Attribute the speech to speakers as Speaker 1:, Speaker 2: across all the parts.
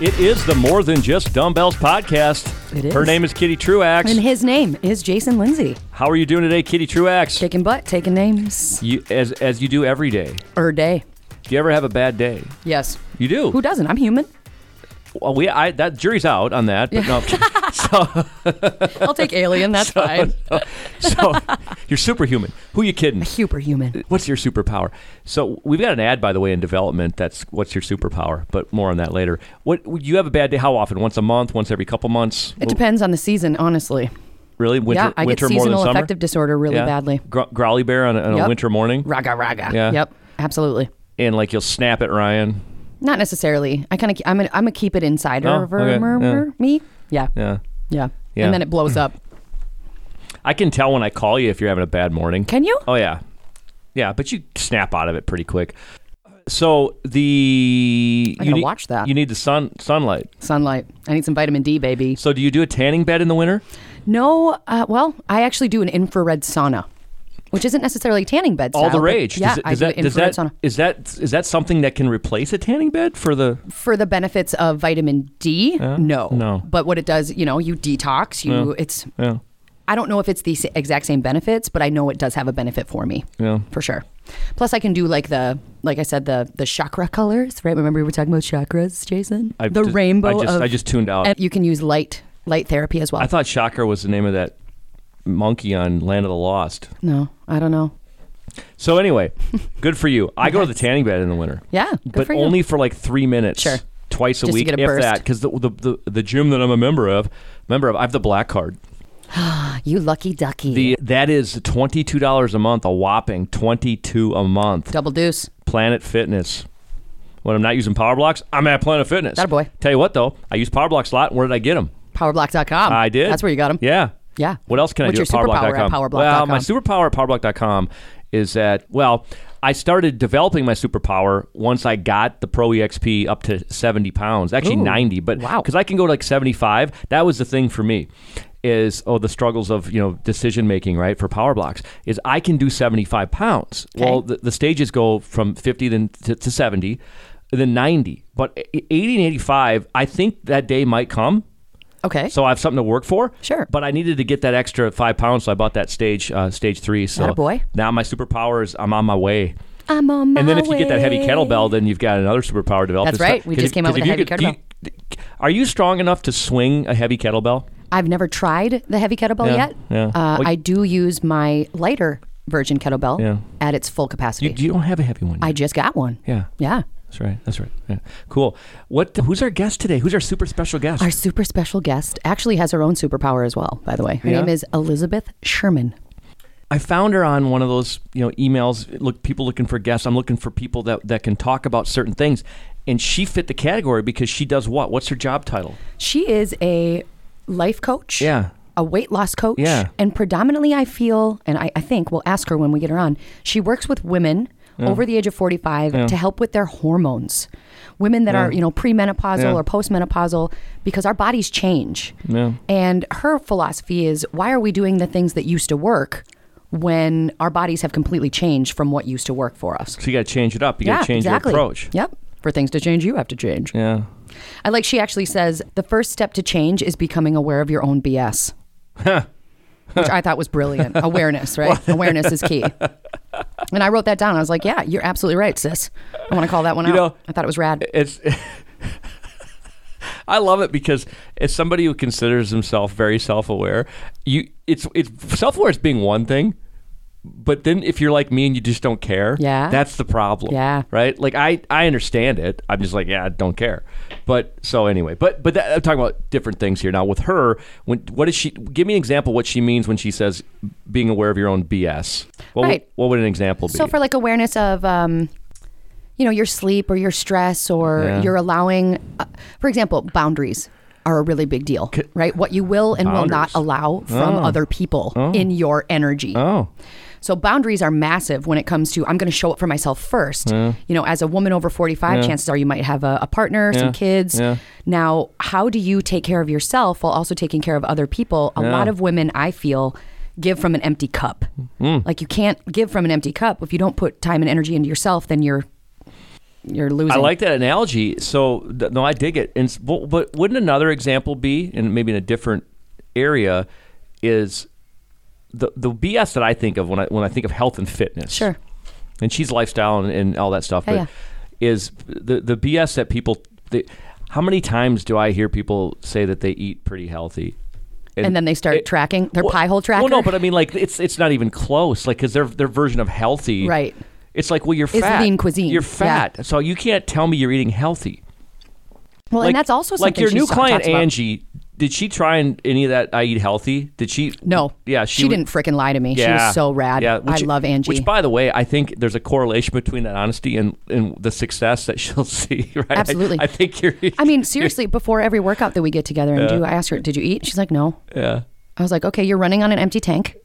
Speaker 1: It is the More Than Just Dumbbells podcast.
Speaker 2: It is.
Speaker 1: Her name is Kitty Truax.
Speaker 2: And his name is Jason Lindsay.
Speaker 1: How are you doing today, Kitty Truax?
Speaker 2: Kicking butt, taking names.
Speaker 1: You, as, as you do every day.
Speaker 2: Er day.
Speaker 1: Do you ever have a bad day?
Speaker 2: Yes.
Speaker 1: You do.
Speaker 2: Who doesn't? I'm human.
Speaker 1: Well, we, I, that jury's out on that, but no. so,
Speaker 2: I'll take alien. That's fine.
Speaker 1: so you're superhuman. Who you kidding?
Speaker 2: Superhuman.
Speaker 1: What's your superpower? So we've got an ad, by the way, in development. That's what's your superpower, but more on that later. What you have a bad day? How often? Once a month? Once every couple months?
Speaker 2: It depends on the season, honestly.
Speaker 1: Really? Winter?
Speaker 2: yeah, I
Speaker 1: winter
Speaker 2: get
Speaker 1: more than
Speaker 2: seasonal
Speaker 1: summer?
Speaker 2: affective disorder really
Speaker 1: Yeah.
Speaker 2: badly.
Speaker 1: Gro- growly bear on a, on a
Speaker 2: Yep.
Speaker 1: winter morning,
Speaker 2: Raga raga.
Speaker 1: Yeah.
Speaker 2: Yep. Absolutely.
Speaker 1: and like you'll snap at Ryan.
Speaker 2: Not necessarily. I kind of I'm a, I'm a keep it inside
Speaker 1: Oh,
Speaker 2: over
Speaker 1: okay.
Speaker 2: mer-
Speaker 1: Yeah.
Speaker 2: mer- me. Yeah. yeah.
Speaker 1: Yeah, Yeah.
Speaker 2: And then it blows up.
Speaker 1: I can tell when I call you if you're having a bad morning.
Speaker 2: Can you?
Speaker 1: Oh yeah, yeah, but you snap out of it pretty quick. So the
Speaker 2: I
Speaker 1: you
Speaker 2: gotta
Speaker 1: need-
Speaker 2: watch that.
Speaker 1: You need the sun sunlight.
Speaker 2: Sunlight. I need some vitamin D, baby.
Speaker 1: So do you do a tanning bed in the winter?
Speaker 2: No, uh, well, I actually do an infrared sauna, which isn't necessarily tanning bed.
Speaker 1: All
Speaker 2: style,
Speaker 1: the
Speaker 2: but
Speaker 1: rage.
Speaker 2: Yeah,
Speaker 1: does it-
Speaker 2: I
Speaker 1: does
Speaker 2: do
Speaker 1: that,
Speaker 2: an
Speaker 1: does
Speaker 2: infrared
Speaker 1: that,
Speaker 2: sauna
Speaker 1: is that is that something that can replace a tanning bed for the?
Speaker 2: for the benefits of vitamin D. no,
Speaker 1: no.
Speaker 2: But what it does, you know, you detox. You, it's.
Speaker 1: Yeah,
Speaker 2: I don't know if it's the s- exact same benefits, but I know it does have a benefit for me.
Speaker 1: yeah.
Speaker 2: for sure. Plus, I can do like the, like I said, the the chakra colors. Right? Remember we were talking about chakras, Jason?
Speaker 1: I
Speaker 2: the
Speaker 1: just-
Speaker 2: rainbow
Speaker 1: I just,
Speaker 2: of.
Speaker 1: I just tuned out.
Speaker 2: and you can use light light therapy as well.
Speaker 1: I thought Shocker was the name of that monkey on Land of the Lost.
Speaker 2: no, I don't know.
Speaker 1: So anyway, good for you. I go to the tanning bed in the winter.
Speaker 2: Yeah, good
Speaker 1: but
Speaker 2: for you.
Speaker 1: only for like three minutes.
Speaker 2: Sure.
Speaker 1: Twice a
Speaker 2: Just to
Speaker 1: week,
Speaker 2: get a
Speaker 1: if
Speaker 2: burst.
Speaker 1: that, because the, the the the gym that I'm a member of, member of, I have the black card.
Speaker 2: You lucky ducky.
Speaker 1: The that is twenty two dollars a month, a whopping twenty two a month.
Speaker 2: Double deuce.
Speaker 1: Planet Fitness. When I'm not using Power Blocks, I'm at Planet Fitness.
Speaker 2: Attaboy.
Speaker 1: Tell you what though, I use Power Blocks a lot. Where did I get them?
Speaker 2: Powerblock.com.
Speaker 1: I did.
Speaker 2: That's where you got them.
Speaker 1: Yeah.
Speaker 2: Yeah.
Speaker 1: What else can
Speaker 2: What's
Speaker 1: I do
Speaker 2: your
Speaker 1: at
Speaker 2: superpower
Speaker 1: powerblock.com?
Speaker 2: at powerblock.com?
Speaker 1: Well, my superpower at powerblock.com is that, well, I started developing my superpower once I got the Pro EXP up to 70 pounds, actually 90, but
Speaker 2: Wow.
Speaker 1: because I can go to like 75, that was the thing for me is oh the struggles of you know decision making right for power blocks is I can do 75 pounds well the, the stages go from 50 then to, to 70 then 90 but 80 and 85 I think that day might come
Speaker 2: okay.
Speaker 1: so I have something to work for.
Speaker 2: Sure.
Speaker 1: But I needed to get that extra five pounds, so I bought that stage, uh, stage three. So
Speaker 2: Attaboy.
Speaker 1: now my superpower is I'm on my way.
Speaker 2: I'm on my
Speaker 1: and then if you get that heavy
Speaker 2: way.
Speaker 1: kettlebell, then you've got another superpower developed.
Speaker 2: That's
Speaker 1: It's
Speaker 2: right.
Speaker 1: not-
Speaker 2: We
Speaker 1: 'cause
Speaker 2: just
Speaker 1: if-
Speaker 2: came out
Speaker 1: 'cause
Speaker 2: with
Speaker 1: if
Speaker 2: a
Speaker 1: you
Speaker 2: heavy
Speaker 1: could- do you- are you strong enough to swing a heavy kettlebell?
Speaker 2: I've never tried the heavy kettlebell
Speaker 1: Yeah,
Speaker 2: yet.
Speaker 1: yeah.
Speaker 2: Uh,
Speaker 1: Well,
Speaker 2: I do use my lighter virgin kettlebell
Speaker 1: Yeah.
Speaker 2: at its full capacity.
Speaker 1: You, you don't have a heavy one. yet.
Speaker 2: I just got one.
Speaker 1: yeah.
Speaker 2: Yeah.
Speaker 1: That's right. That's right. Yeah. Cool. What? Who's our guest today? Who's our super special guest?
Speaker 2: Our super special guest actually has her own superpower as well, by the way. Her
Speaker 1: Yeah?
Speaker 2: name is Elizabeth Sherman.
Speaker 1: I found her on one of those, you know, emails. Look, people looking for guests. I'm looking for people that that can talk about certain things, and she fit the category because she does what? What's her job title?
Speaker 2: She is a life coach.
Speaker 1: Yeah.
Speaker 2: A weight loss coach.
Speaker 1: Yeah.
Speaker 2: And predominantly, I feel, and I, I think we'll ask her when we get her on, she works with women over the age of 45 to help with their hormones. Women that are, you know, premenopausal
Speaker 1: Yeah.
Speaker 2: or postmenopausal because our bodies change.
Speaker 1: Yeah.
Speaker 2: And her philosophy is why are we doing the things that used to work when our bodies have completely changed from what used to work for us?
Speaker 1: So you got to change it up. You got to change
Speaker 2: exactly.
Speaker 1: your approach.
Speaker 2: Yep. For things to change, you have to change.
Speaker 1: Yeah.
Speaker 2: I like she actually says the first step to change is becoming aware of your own BS. Which I thought was brilliant. Awareness, right? Awareness is key. And I wrote that down. I was like, yeah, you're absolutely right, sis. I want to call that one
Speaker 1: You
Speaker 2: out.
Speaker 1: know-
Speaker 2: I thought it was rad.
Speaker 1: It's. I love it because as somebody who considers himself very self-aware, you it's it's self-aware is being one thing, but then if you're like me and you just don't care,
Speaker 2: Yeah.
Speaker 1: that's the problem.
Speaker 2: Yeah.
Speaker 1: right? Like I I understand it. I'm just like yeah, I don't care. But so anyway, but but that, I'm talking about different things here now. With her, when what is she? Give me an example of what she means when she says being aware of your own BS. What, would-
Speaker 2: Right.
Speaker 1: What would an example be?
Speaker 2: So for like awareness of, um, you know, your sleep or your stress or
Speaker 1: Yeah.
Speaker 2: you're allowing, uh, for example, boundaries are a really big deal, right? What you will and will not
Speaker 1: Boundaries.
Speaker 2: allow from other people in your energy.
Speaker 1: oh,
Speaker 2: So boundaries are massive when it comes to I'm going to show up for myself first. You know, as a woman over 45, chances are you might have a, a partner,
Speaker 1: Yeah.
Speaker 2: some kids.
Speaker 1: Yeah.
Speaker 2: Now, how do you take care of yourself while also taking care of other people? A lot of women, I feel, give from an empty cup.
Speaker 1: Mm.
Speaker 2: Like you can't give from an empty cup if you don't put time and energy into yourself. Then you're you're losing.
Speaker 1: I like that analogy. So th- no, I dig it. And s- but, but wouldn't another example be, and maybe in a different area, is the the BS that I think of when I when I think of health and fitness.
Speaker 2: Sure.
Speaker 1: And she's lifestyle and, and all that stuff.
Speaker 2: Yeah,
Speaker 1: but
Speaker 2: yeah.
Speaker 1: is the the BS that people. The, how many times do I hear people say that they eat pretty healthy?
Speaker 2: And then they start tracking their pie hole tracker.
Speaker 1: Well, no, but I mean, like it's it's not even close. Like, because their their version of healthy,
Speaker 2: Right.
Speaker 1: It's like, well, you're
Speaker 2: Is
Speaker 1: fat.
Speaker 2: lean cuisine.
Speaker 1: You're
Speaker 2: Yeah.
Speaker 1: fat, so you can't tell me you're eating healthy.
Speaker 2: well,
Speaker 1: like,
Speaker 2: and that's also something
Speaker 1: like your
Speaker 2: she
Speaker 1: new
Speaker 2: ta-
Speaker 1: client
Speaker 2: talks about.
Speaker 1: Angie. Did she try and any of that? I eat healthy. Did she?
Speaker 2: No,
Speaker 1: Yeah,
Speaker 2: she,
Speaker 1: she, would-
Speaker 2: didn't freaking lie to me. She
Speaker 1: Yeah.
Speaker 2: was so rad.
Speaker 1: Yeah, which-
Speaker 2: I love Angie.
Speaker 1: Which, by the way, I think there's a correlation between that honesty and, and the success that she'll see. Right? I-
Speaker 2: Absolutely.
Speaker 1: I, think you're.
Speaker 2: I mean, seriously, before every workout that we get together and do, I ask her, "Did you eat?" She's like, "No."
Speaker 1: yeah.
Speaker 2: I was like, "Okay, you're running on an empty tank.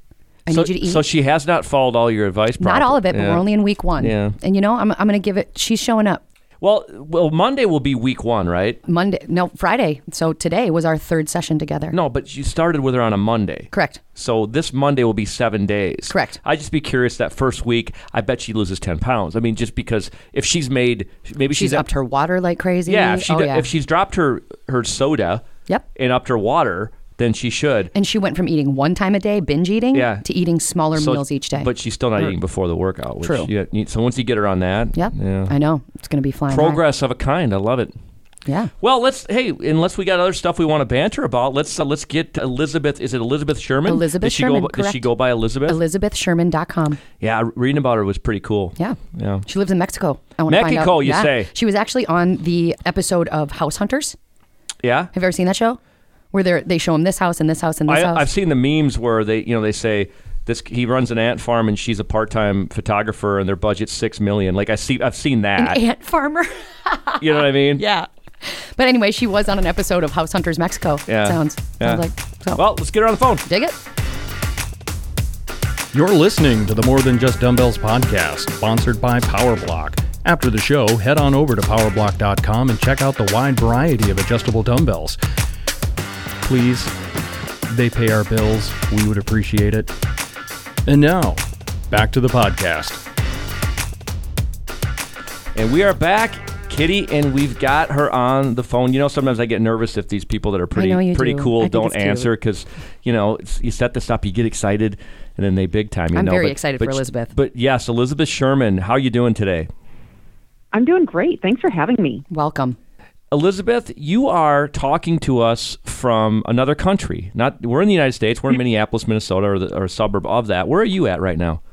Speaker 2: I
Speaker 1: so,
Speaker 2: need you to eat."
Speaker 1: so she has not followed all your advice.
Speaker 2: Not
Speaker 1: proper-
Speaker 2: all of it, but
Speaker 1: yeah.
Speaker 2: we're only in week one.
Speaker 1: Yeah.
Speaker 2: And you know, I'm, I'm going to give it. She's showing up
Speaker 1: Well, well, Monday will be week one, right?
Speaker 2: Monday. No, Friday. So today was our third session together.
Speaker 1: No, but you started with her on a Monday.
Speaker 2: Correct.
Speaker 1: So this Monday will be seven days.
Speaker 2: Correct.
Speaker 1: I'd just be curious that first week, I bet she loses 10 pounds. I mean, just because if she's made, maybe she's,
Speaker 2: She's upped her water like crazy.
Speaker 1: Yeah, if, she,
Speaker 2: oh,
Speaker 1: d-
Speaker 2: yeah.
Speaker 1: if she's dropped her, her soda
Speaker 2: Yep.
Speaker 1: and upped her water, then she should.
Speaker 2: and she went from eating one time a day, binge eating,
Speaker 1: Yeah.
Speaker 2: to eating smaller
Speaker 1: So-
Speaker 2: meals each day. Mm.
Speaker 1: But she's still not eating before the workout. Which
Speaker 2: True.
Speaker 1: you got- you- so once you get her on that,
Speaker 2: yep.
Speaker 1: yeah.
Speaker 2: I know. It's going to be flying. high.
Speaker 1: progress of a kind. I love it.
Speaker 2: Yeah.
Speaker 1: Well, let's hey, unless we got other stuff we want to banter about, let's uh, let's get Elizabeth. Is it Elizabeth Sherman?
Speaker 2: Elizabeth
Speaker 1: Does she
Speaker 2: Sherman,
Speaker 1: Go, by- does she
Speaker 2: correct.
Speaker 1: go by Elizabeth?
Speaker 2: ElizabethSherman.com.
Speaker 1: yeah, reading about her was pretty cool.
Speaker 2: Yeah.
Speaker 1: Yeah.
Speaker 2: She lives in Mexico. I want to find
Speaker 1: Mexico,
Speaker 2: out.
Speaker 1: you
Speaker 2: Yeah.
Speaker 1: say.
Speaker 2: She was actually on the episode of House Hunters.
Speaker 1: Yeah.
Speaker 2: Have you ever seen that show? Where they they show him this house and this house and this house.
Speaker 1: I, I've seen the memes where they, you know, they say this. He runs an ant farm, and she's a part-time photographer, and their budget's six million. Like I see, I've seen that.
Speaker 2: Ant farmer.
Speaker 1: you know what I mean?
Speaker 2: yeah. But anyway, she was on an episode of House Hunters Mexico.
Speaker 1: Yeah.
Speaker 2: Sounds,
Speaker 1: Yeah.
Speaker 2: sounds like so.
Speaker 1: Well, let's get her on the phone.
Speaker 2: Dig it.
Speaker 3: You're listening to the More Than Just Dumbbells podcast, sponsored by PowerBlock. After the show, head on over to powerblock.com and check out the wide variety of adjustable dumbbells. Please, they pay our bills. We would appreciate it. And now, back to the podcast.
Speaker 1: And we are back, Kitty, and we've got her on the phone. You know, sometimes I get nervous if these people that are pretty
Speaker 2: know you
Speaker 1: pretty
Speaker 2: do. I
Speaker 1: cool
Speaker 2: think
Speaker 1: don't
Speaker 2: it's cute.
Speaker 1: answer because you know it's, you set this up, you get excited, and then they big time. You
Speaker 2: I'm
Speaker 1: know,
Speaker 2: very
Speaker 1: but-
Speaker 2: excited
Speaker 1: but
Speaker 2: for
Speaker 1: sh-
Speaker 2: Elizabeth.
Speaker 1: But yes, Elizabeth Sherman, how are you doing today?
Speaker 4: I'm doing great. Thanks for having me.
Speaker 2: Welcome.
Speaker 1: Elizabeth, you are talking to us from another country. Not we're in the United States. We're in Minneapolis, Minnesota, or, the, or a suburb of that. Where are you at right now?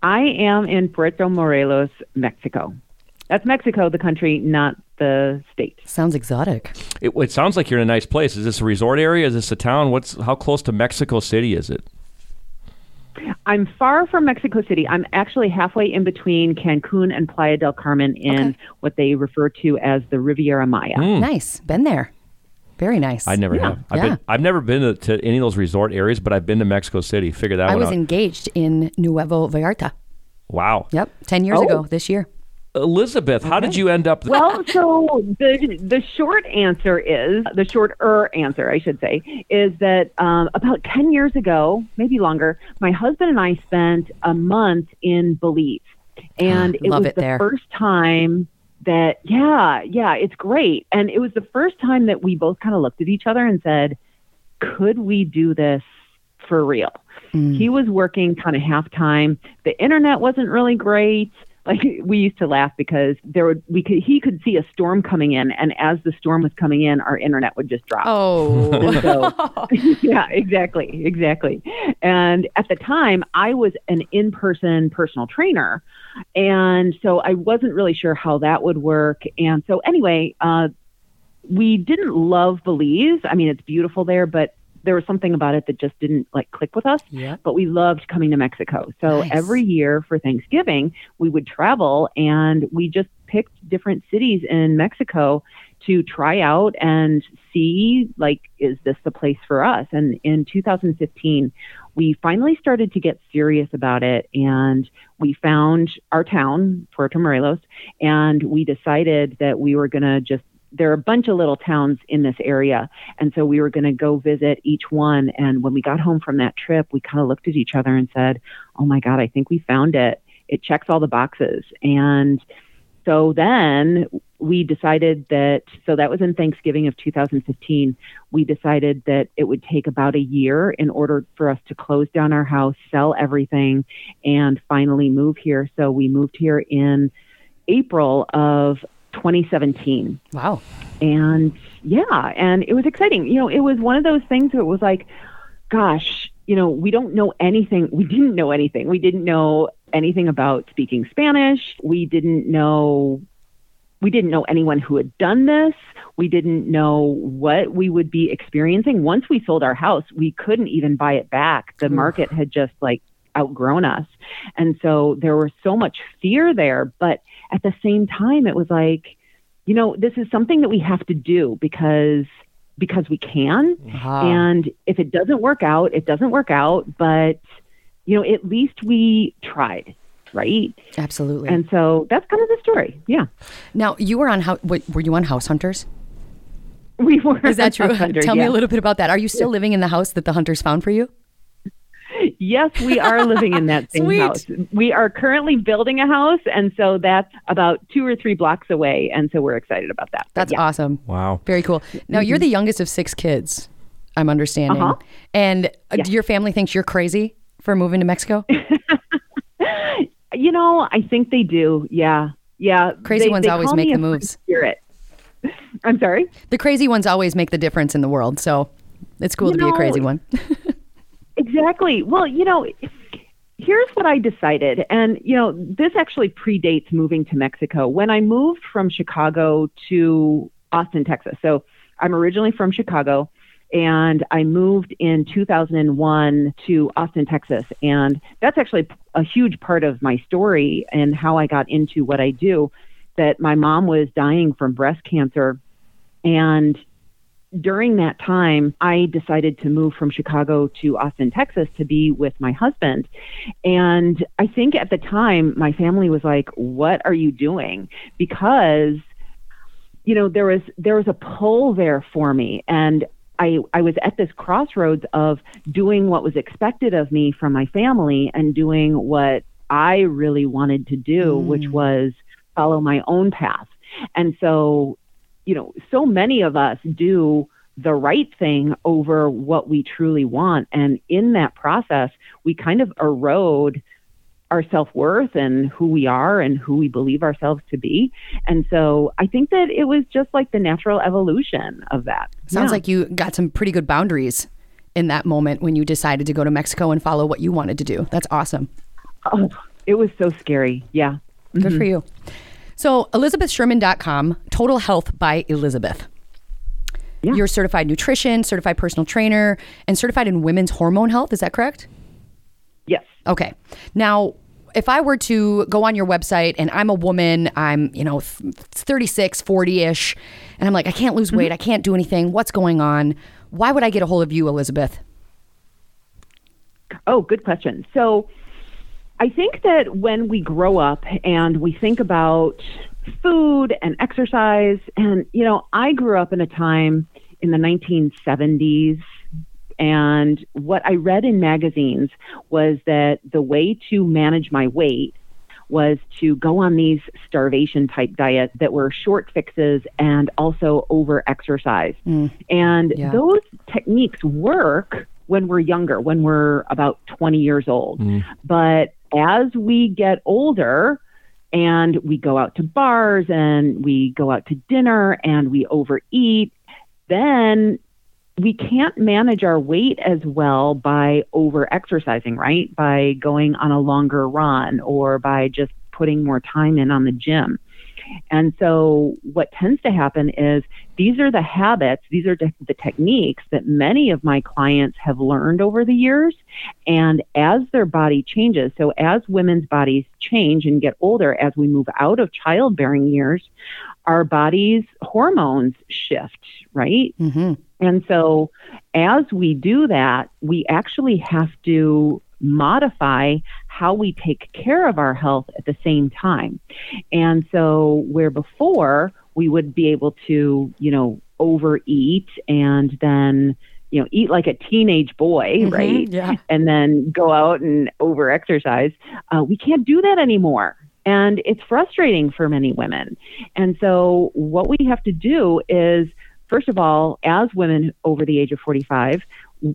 Speaker 4: I am in Puerto Morelos, Mexico. That's Mexico, the country, not the state.
Speaker 2: Sounds exotic.
Speaker 1: It, it sounds like you're in a nice place. Is this a resort area? Is this a town? What's how close to Mexico City is it?
Speaker 4: I'm far from Mexico City. I'm actually halfway in between Cancun and Playa del Carmen in
Speaker 2: Okay.
Speaker 4: what they refer to as the Riviera Maya.
Speaker 2: Nice. Been there. Very nice.
Speaker 1: Hmm. I never have. I've,
Speaker 2: Yeah.
Speaker 1: been, I've never been to, to any of those resort areas, but I've been to Mexico City. Figure that
Speaker 2: I
Speaker 1: one
Speaker 2: was
Speaker 1: out.
Speaker 2: engaged in Nuevo Vallarta.
Speaker 1: wow.
Speaker 2: Yep. Ten
Speaker 1: Oh.
Speaker 2: years ago this year.
Speaker 1: Elizabeth, how did you end up?
Speaker 4: Well, so the the short answer is the shorter answer, I should say, is that um, about ten years ago, maybe longer, my husband and I spent a month in Belize, and it
Speaker 2: Love
Speaker 4: was
Speaker 2: it
Speaker 4: the
Speaker 2: there.
Speaker 4: first time that yeah, yeah, it's great, and it was the first time that we both kind of looked at each other and said, could we do this for real? He was working kind of half time. The internet wasn't really great. Like we used to laugh because there would we could he could see a storm coming in, and as the storm was coming in, our internet would just drop.
Speaker 2: Oh.
Speaker 4: And so, yeah, exactly, exactly. And at the time, I was an in person personal trainer. And so I wasn't really sure how that would work. And so, anyway, uh, we didn't love Belize. I mean, it's beautiful there, but there was something about it that just didn't like click with us
Speaker 2: yeah.
Speaker 4: but we loved coming to Mexico. So
Speaker 2: Nice.
Speaker 4: every year for Thanksgiving, we would travel and we just picked different cities in Mexico to try out and see like is this the place for us? And in 2015, we finally started to get serious about it and we found our town, Puerto Morelos, and we decided that we were going to just there are a bunch of little towns in this area and so we were going to go visit each one. And when we got home from that trip, we kind of looked at each other and said, Oh my God, I think we found it. It checks all the boxes. And so then we decided that, so that was in Thanksgiving of 2015. We decided that it would take about a year in order for us to close down our house, sell everything, and finally move here. So we moved here in April of 2017.
Speaker 2: Wow.
Speaker 4: And yeah, and it was exciting. You know, it was one of those things where it was like, gosh, you know, we don't know anything. We didn't know anything. We didn't know anything about speaking Spanish. We didn't know we didn't know anyone who had done this. We didn't know what we would be experiencing. Once we sold our house, we couldn't even buy it back. The market had just like outgrown us. And so there was so much fear there. But at the same time, it was like, you know, this is something that we have to do because because we can.
Speaker 2: Wow.
Speaker 4: And if it doesn't work out, it doesn't work out. But you know, at least we tried, right?
Speaker 2: Absolutely.
Speaker 4: And so that's kind of the story. Yeah.
Speaker 2: now you were on how? Wait, were you on House Hunters?
Speaker 4: We were.
Speaker 2: Is that true?
Speaker 4: under,
Speaker 2: Tell me
Speaker 4: yeah.
Speaker 2: a little bit about that. Are you still living in the house that the hunters found for you?
Speaker 4: Yes, we are living in that same
Speaker 2: Sweet.
Speaker 4: house. We are currently building a house, and so that's about two or three blocks away, and so we're excited about that. But
Speaker 2: That's
Speaker 4: yeah. Mm-hmm.
Speaker 2: awesome.
Speaker 1: Wow.
Speaker 2: Very cool. Now you're the youngest of six kids. I'm understanding,
Speaker 4: Uh-huh.
Speaker 2: and uh,
Speaker 4: Yes.
Speaker 2: your family thinks you're crazy for moving to Mexico.
Speaker 4: You know, I think they do. Yeah, yeah.
Speaker 2: Crazy
Speaker 4: They-
Speaker 2: ones
Speaker 4: they
Speaker 2: always
Speaker 4: call
Speaker 2: make
Speaker 4: me
Speaker 2: the
Speaker 4: a free
Speaker 2: moves.
Speaker 4: Spirit. I'm sorry.
Speaker 2: the crazy ones always make the difference in the world, so it's cool
Speaker 4: You
Speaker 2: to be a
Speaker 4: know,
Speaker 2: crazy one.
Speaker 4: Exactly. Well, you know, here's what I decided. And, you know, this actually predates moving to Mexico. When I moved from Chicago to Austin, Texas, so I'm originally from Chicago and I moved in 2001 to Austin, Texas. And that's actually a huge part of my story and how I got into what I do. That my mom was dying from breast cancer. And during that time, I decided to move from Chicago to Austin, Texas to be with my husband. And I think at the time, my family was like, What are you doing? Because you know there was there was a pull there for me and I, I was at this crossroads of doing what was expected of me from my family and doing what I really wanted to do, which was follow my own path. And so, you know, so many of us do the right thing over what we truly want. And in that process, we kind of erode our self worth and who we are and who we believe ourselves to be. And so I think that it was just like the natural evolution of that.
Speaker 2: Sounds
Speaker 4: Yeah.
Speaker 2: like you got some pretty good boundaries in that moment when you decided to go to Mexico and follow what you wanted to do. That's awesome.
Speaker 4: Oh, it was so scary. Yeah.
Speaker 2: Good
Speaker 4: Mm-hmm.
Speaker 2: for you. So, ElizabethSherman.com, Total Health by Elizabeth.
Speaker 4: Yeah.
Speaker 2: You're certified nutrition, certified personal trainer, and certified in women's hormone health. Is that correct?
Speaker 4: Yes.
Speaker 2: Okay. Now, if I were to go on your website and I'm a woman, I'm, you know, th- 36, 40 ish, and I'm like, I can't
Speaker 4: Mm-hmm.
Speaker 2: lose weight, I can't do anything, what's going on? Why would I get a hold of you, Elizabeth?
Speaker 4: Oh, good question. So I think that when we grow up and we think about food and exercise, and, you know, I grew up in a time in the 1970s. And what I read in magazines was that the way to manage my weight was to go on these starvation type diets that were short fixes and also over exercise. And
Speaker 2: Yeah.
Speaker 4: those techniques work when we're younger, when we're about 20 years old. But as we get older, and we go out to bars and we go out to dinner and we overeat, then we can't manage our weight as well by over exercising, right? By going on a longer run or by just putting more time in on the gym. And so, what tends to happen is these are the habits, these are the the techniques that many of my clients have learned over the years. And as their body changes, so as women's bodies change and get older, as we move out of childbearing years, our body's hormones shift, right?
Speaker 2: Mm-hmm.
Speaker 4: And so, as we do that, we actually have to modify how we take care of our health at the same time. And so, where before we would be able to, you know, overeat and then, you know, eat like a teenage boy,
Speaker 2: Mm-hmm.
Speaker 4: right?
Speaker 2: Yeah.
Speaker 4: and then go out and over exercise. Uh, we can't do that anymore. And it's frustrating for many women. And so, what we have to do is, first of all, as women over the age of 45,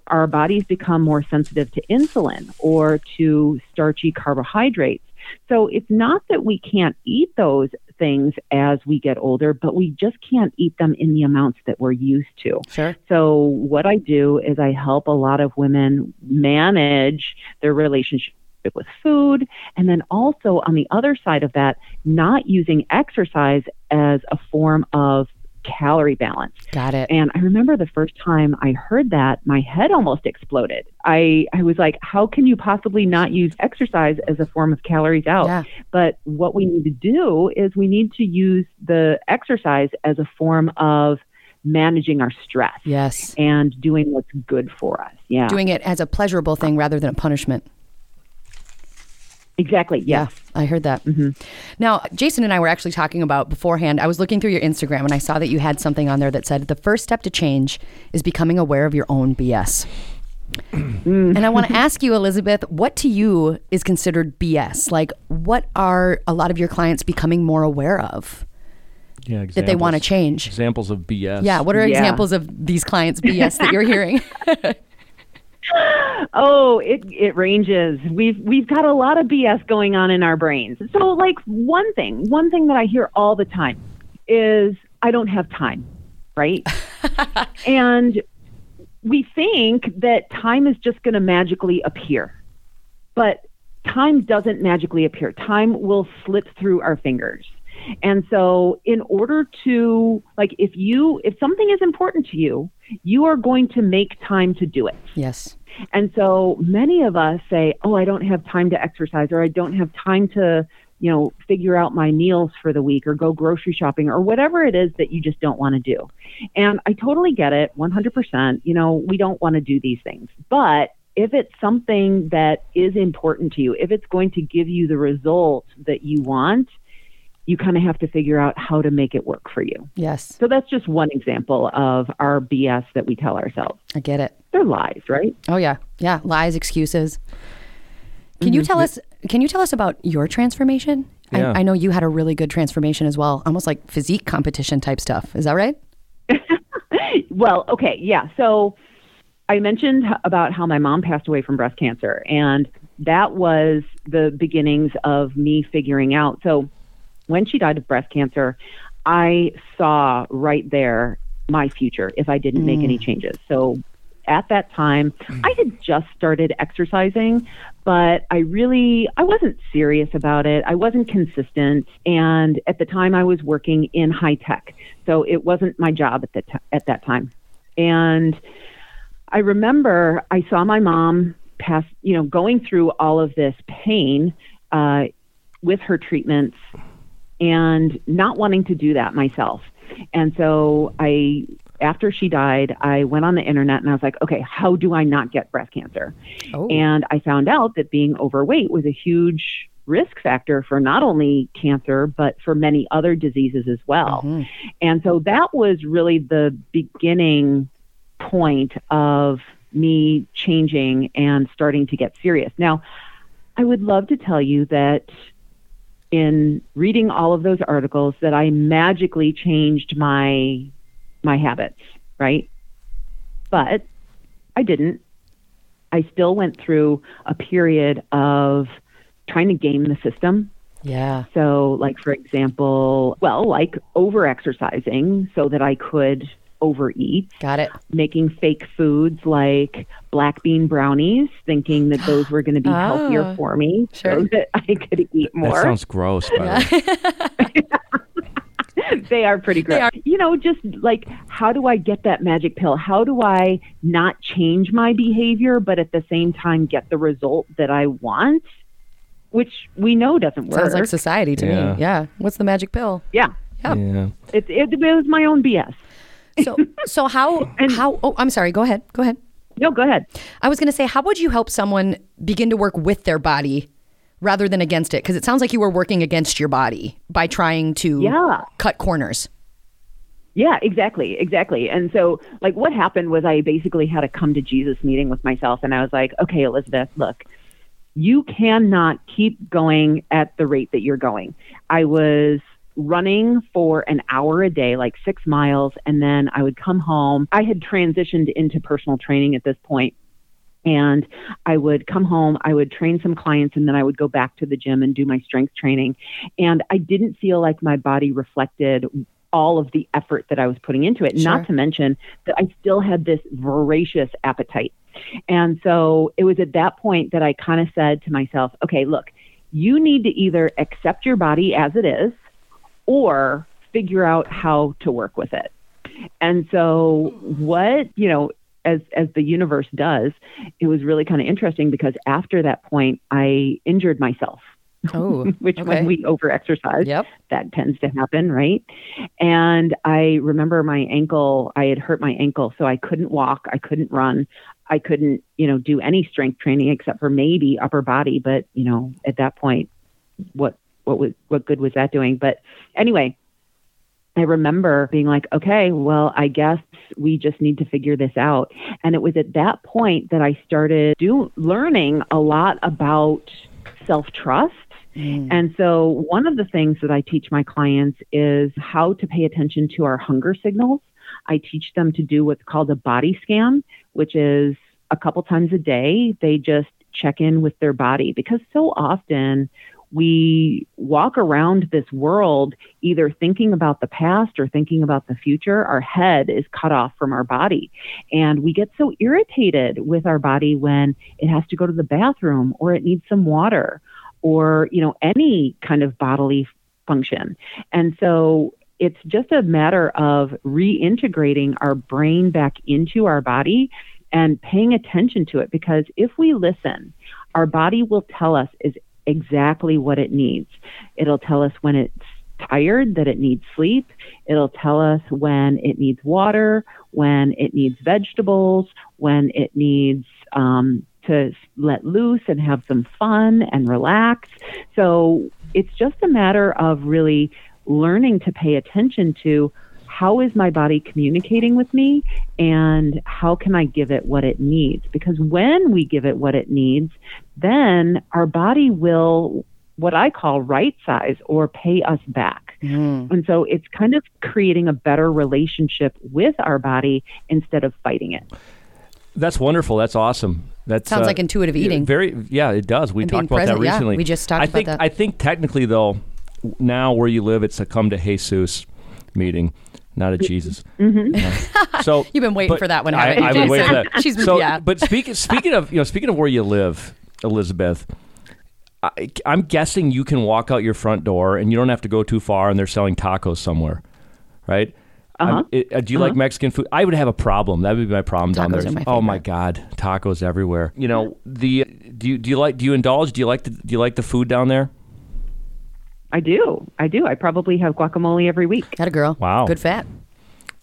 Speaker 4: our bodies become more sensitive to insulin or to starchy carbohydrates. So, it's not that we can't eat those things as we get older, but we just can't eat them in the amounts that we're used to.
Speaker 2: Sure.
Speaker 4: So, what I do is I help a lot of women manage their relationship with food. And then also on the other side of that, not using exercise as a form of calorie balance.
Speaker 2: Got it.
Speaker 4: And I remember the first time I heard that, my head almost exploded. I, I was like, how can you possibly not use exercise as a form of calories out?
Speaker 2: Yeah.
Speaker 4: But what we need to do is we need to use the exercise as a form of managing our stress
Speaker 2: Yes.
Speaker 4: and doing what's good for us. Yeah.
Speaker 2: Doing it as a pleasurable thing rather than a punishment.
Speaker 4: exactly. Yes.
Speaker 2: Yeah, Mm-hmm. I heard that. Now, Jason and I were actually talking about beforehand. I was looking through your Instagram and I saw that you had something on there that said the first step to change is becoming aware of your own BS. and I want to ask you, Elizabeth, what to you is considered BS? Like, what are a lot of your clients becoming more aware of
Speaker 1: Yeah, examples.
Speaker 2: that they want to change?
Speaker 1: Examples of BS.
Speaker 2: Yeah, what are
Speaker 4: Yeah.
Speaker 2: examples of these clients' BS that you're hearing?
Speaker 4: Oh, it it ranges. We've we've got a lot of BS going on in our brains. So like one thing, one thing that I hear all the time is I don't have time, right? and we think that time is just going to magically appear. But time doesn't magically appear. Time will slip through our fingers. And so in order to like if you if something is important to you, you are going to make time to do it.
Speaker 2: yes.
Speaker 4: And so many of us say, "Oh, I don't have time to exercise or I don't have time to, you know, figure out my meals for the week or go grocery shopping or whatever it is that you just don't want to do." And I totally get it, 100%. You know, we don't want to do these things. But if it's something that is important to you, if it's going to give you the result that you want, you kind of have to figure out how to make it work for you.
Speaker 2: Yes.
Speaker 4: So that's just one example of our BS that we tell ourselves.
Speaker 2: I get it.
Speaker 4: They're lies, right?
Speaker 2: Oh yeah, yeah. Lies, excuses. Can you tell us? Can you tell us about your transformation?
Speaker 1: Yeah.
Speaker 2: I, I know you had a really good transformation as well, almost like physique competition type stuff. Is that right?
Speaker 4: well, okay, yeah. So I mentioned h- about how my mom passed away from breast cancer, and that was the beginnings of me figuring out. So when she died of breast cancer, I saw right there my future if I didn't make any changes. So at that time, I had just started exercising, but I really I wasn't serious about it. I wasn't consistent, and at the time I was working in high tech, so it wasn't my job at that t- at that time. And I remember I saw my mom pass, you know, going through all of this pain uh, with her treatments and not wanting to do that myself. And so I, after she died, I went on the internet and I was like, okay, how do I not get breast cancer?
Speaker 2: Oh,
Speaker 4: And I found out that being overweight was a huge risk factor for not only cancer, but for many other diseases as well.
Speaker 2: Mhm.
Speaker 4: And so that was really the beginning point of me changing and starting to get serious. Now, I would love to tell you that in reading all of those articles that I magically changed my my habits, right? But I didn't. I still went through a period of trying to game the system
Speaker 2: yeah.
Speaker 4: so, like for example, well, like over exercising so that I could overeat,
Speaker 2: Got it.
Speaker 4: making fake foods like black bean brownies, thinking that those were going to be
Speaker 2: Ah,
Speaker 4: healthier for me
Speaker 2: sure.
Speaker 4: so that I could eat more.
Speaker 1: That sounds gross, by the way.
Speaker 4: they are pretty gross.
Speaker 2: are.
Speaker 4: You know, just like how do I get that magic pill? How do I not change my behavior, but at the same time get the result that I want? Which we know doesn't work.
Speaker 2: Sounds like society to
Speaker 1: Yeah.
Speaker 2: me. Yeah. What's the magic pill?
Speaker 4: yeah,
Speaker 1: Yeah.
Speaker 4: it, it, it was my own BS.
Speaker 2: So, so how? how? Oh, I'm sorry. Go ahead. Go ahead.
Speaker 4: No, go ahead.
Speaker 2: I was going to say, how would you help someone begin to work with their body rather than against it? Because it sounds like you were working against your body by trying to
Speaker 4: Yeah.
Speaker 2: cut corners.
Speaker 4: Yeah, exactly, exactly. And so, like, what happened was I basically had a come to Jesus meeting with myself, and I was like, okay, Elizabeth, look, you cannot keep going at the rate that you're going. I was running for an hour a day, like six miles, and then I would come home. I had transitioned into personal training at this point, And I would come home, I would train some clients, and then I would go back to the gym and do my strength training. And I didn't feel like my body reflected all of the effort that I was putting into it,
Speaker 2: Sure.
Speaker 4: not to mention that I still had this voracious appetite. And so it was at that point that I kind of said to myself, okay, look, you need to either accept your body as it is or figure out how to work with it. And so what, you know, as as the universe does, it was really kind of interesting because after that point I injured myself,
Speaker 2: Oh,
Speaker 4: which
Speaker 2: okay.
Speaker 4: when we overexercise,
Speaker 2: Yep.
Speaker 4: that tends to happen, right? And I remember my ankle, I had hurt my ankle, so I couldn't walk, I couldn't run, I couldn't, you know, do any strength training except for maybe upper body, but you know, at that point what what was what good was that doing? But anyway, I remember being like, okay, well, I guess we just need to figure this out. And it was at that point that I started do learning a lot about self-trust
Speaker 2: Mm.
Speaker 4: and so, one of the things that I teach my clients is how to pay attention to our hunger signals. I teach them to do what's called a body scan, which is a couple times a day, they just check in with their body because so often we walk around this world either thinking about the past or thinking about the future. Our head is cut off from our body. And we get so irritated with our body when it has to go to the bathroom or it needs some water or you know any kind of bodily function and so it's just a matter of reintegrating our brain back into our body and paying attention to it because if we listen our body will tell us is exactly what it needs it'll tell us when it's tired that it needs sleep it'll tell us when it needs water when it needs vegetables when it needs um, to s- let loose and have some fun and relax. So it's just a matter of really learning to pay attention to how is my body communicating with me and how can I give it what it needs? Because when we give it what it needs, then our body will, what I call right size or pay us back.
Speaker 2: Mm.
Speaker 4: And so it's kind of creating a better relationship with our body instead of fighting it.
Speaker 1: That's wonderful. That's awesome. That
Speaker 2: Sounds like intuitive eating.
Speaker 1: Very, yeah, it does. We
Speaker 2: And being
Speaker 1: talked about that
Speaker 2: present, yeah.
Speaker 1: recently.
Speaker 2: We just talked
Speaker 1: I
Speaker 2: about
Speaker 1: think,
Speaker 2: that.
Speaker 1: I think technically though, now where you live, it's a come to Jesus meeting, not a Jesus. Mm-hmm. So
Speaker 2: You've been waiting
Speaker 1: but
Speaker 2: for that one,
Speaker 1: I,
Speaker 2: haven't you,
Speaker 1: I've been waiting for
Speaker 2: Jason?
Speaker 1: that.
Speaker 2: She's-
Speaker 1: so,
Speaker 2: yeah.
Speaker 1: But speaking speaking of you know speaking of where you live, Elizabeth. I, I'm guessing you can walk out your front door and you don't have to go too far, and they're selling tacos somewhere, right? Um, it- uh, do you like Mexican food? I would have a problem. That would be my problem down
Speaker 2: Tacos
Speaker 1: there.
Speaker 2: are my
Speaker 1: oh my god, tacos everywhere. You know the do you do you like do you indulge? Do you like the, do you like the food down there?
Speaker 4: I do. I do. I probably have guacamole every week.
Speaker 2: Got a girl.
Speaker 1: Wow.
Speaker 2: Good fat.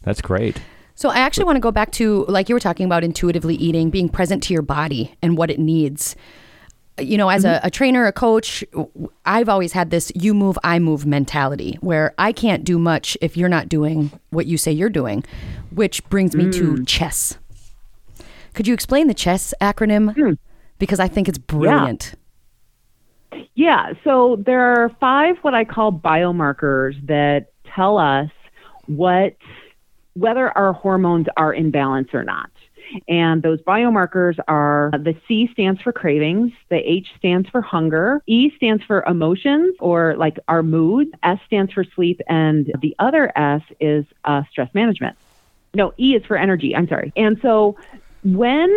Speaker 1: That's great.
Speaker 2: So I actually want to go back to like you were talking about intuitively eating, being present to your body and what it needs. You know, as a, a trainer, a coach, w- I've always had this you move, I move mentality where I can't do much if you're not doing what you say you're doing, which brings me to chess. Could you explain the chess acronym? Because I think it's brilliant.
Speaker 4: Yeah. So there are five what I call biomarkers that tell us what whether our hormones are in balance or not. And those biomarkers are uh, the C stands for cravings, the H stands for hunger, E stands for emotions or like our mood, S stands for sleep, and the other S is uh, stress management. No, E is for energy. I'm sorry. And so when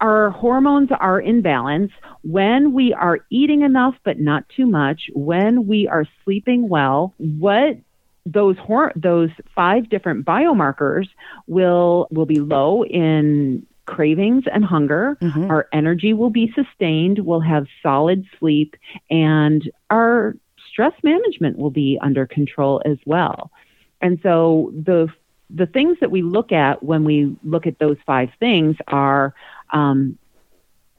Speaker 4: our hormones are in balance, when we are eating enough but not too much, when we are sleeping well, what those hor- those five different biomarkers will will be low in cravings and hunger. Our energy will be sustained, we'll have solid sleep and our stress management will be under control as well. And so the the things that we look at when we look at those five things are um,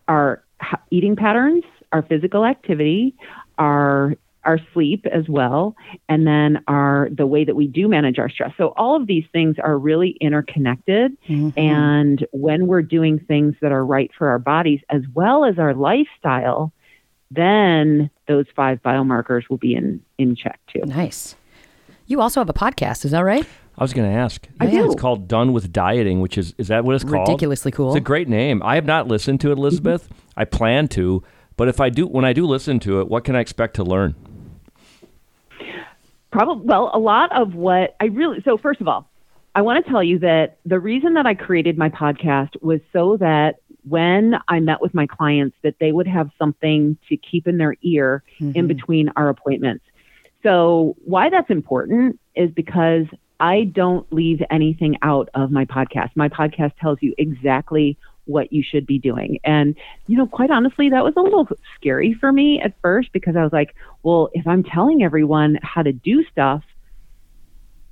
Speaker 4: our h- eating patterns, our physical activity, our our sleep as well, and then our the way that we do manage our stress. So all of these things are really interconnected.
Speaker 2: Mm-hmm.
Speaker 4: And when we're doing things that are right for our bodies as well as our lifestyle, then those five biomarkers will be in, in check too.
Speaker 2: Nice. You also have a podcast, is that right?
Speaker 1: I was going to ask.
Speaker 4: I do.
Speaker 1: It's called Done with Dieting, which is is that what it's called?
Speaker 2: Ridiculously cool. Mm-hmm.
Speaker 1: It's a great name. I have not listened to it, Elizabeth. I plan to, but if I do, when I do listen to it, what can I expect to learn?
Speaker 4: Probably, well, a lot of what I really, so first of all, I want to tell you that the reason that I created my podcast was so that when I met with my clients that they would have something to keep in their ear in between our appointments. So why that's important is because I don't leave anything out of my podcast. My podcast tells you exactly what you should be doing. And you know, quite honestly, that was a little scary for me at first because I was like, well, if I'm telling everyone how to do stuff,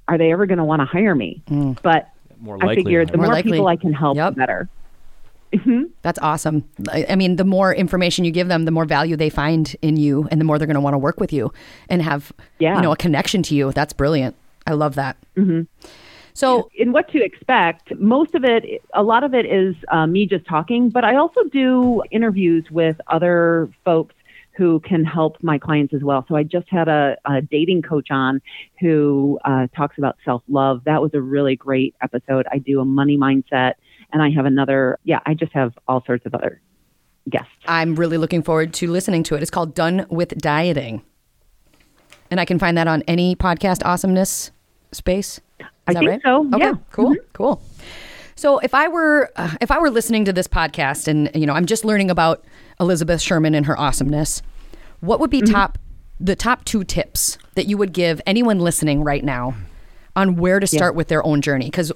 Speaker 4: are they ever going to want to hire me? But
Speaker 1: More
Speaker 4: I
Speaker 1: likely.
Speaker 4: figured the
Speaker 2: Hmm. More
Speaker 4: more,
Speaker 2: likely.
Speaker 4: people I can help,
Speaker 2: Yep.
Speaker 4: the better.
Speaker 2: That's awesome. I I mean, the more information you give them, the more value they find in you and the more they're going to want to work with you and have
Speaker 4: Yeah.
Speaker 2: you know, a connection to you. That's brilliant. I love that. Mm-hmm. So,
Speaker 4: in what to expect, most of it, a lot of it is uh, me just talking, but I also do interviews with other folks who can help my clients as well. So I just had a, a dating coach on who uh, talks about self love. That was a really great episode. I do a money mindset, and I have another, yeah, I just have all sorts of other guests.
Speaker 2: I'm really looking forward to listening to it. It's called Done with Dieting. And I can find that on any podcast awesomeness space. Is that
Speaker 4: I think
Speaker 2: right?
Speaker 4: so,
Speaker 2: Okay,
Speaker 4: yeah. Mm-hmm.
Speaker 2: cool, cool. So if I were uh, if I were listening to this podcast and you know I'm just learning about Elizabeth Sherman and her awesomeness, what would be
Speaker 4: Mm-hmm.
Speaker 2: top the top two tips that you would give anyone listening right now on where to start with their own journey? Because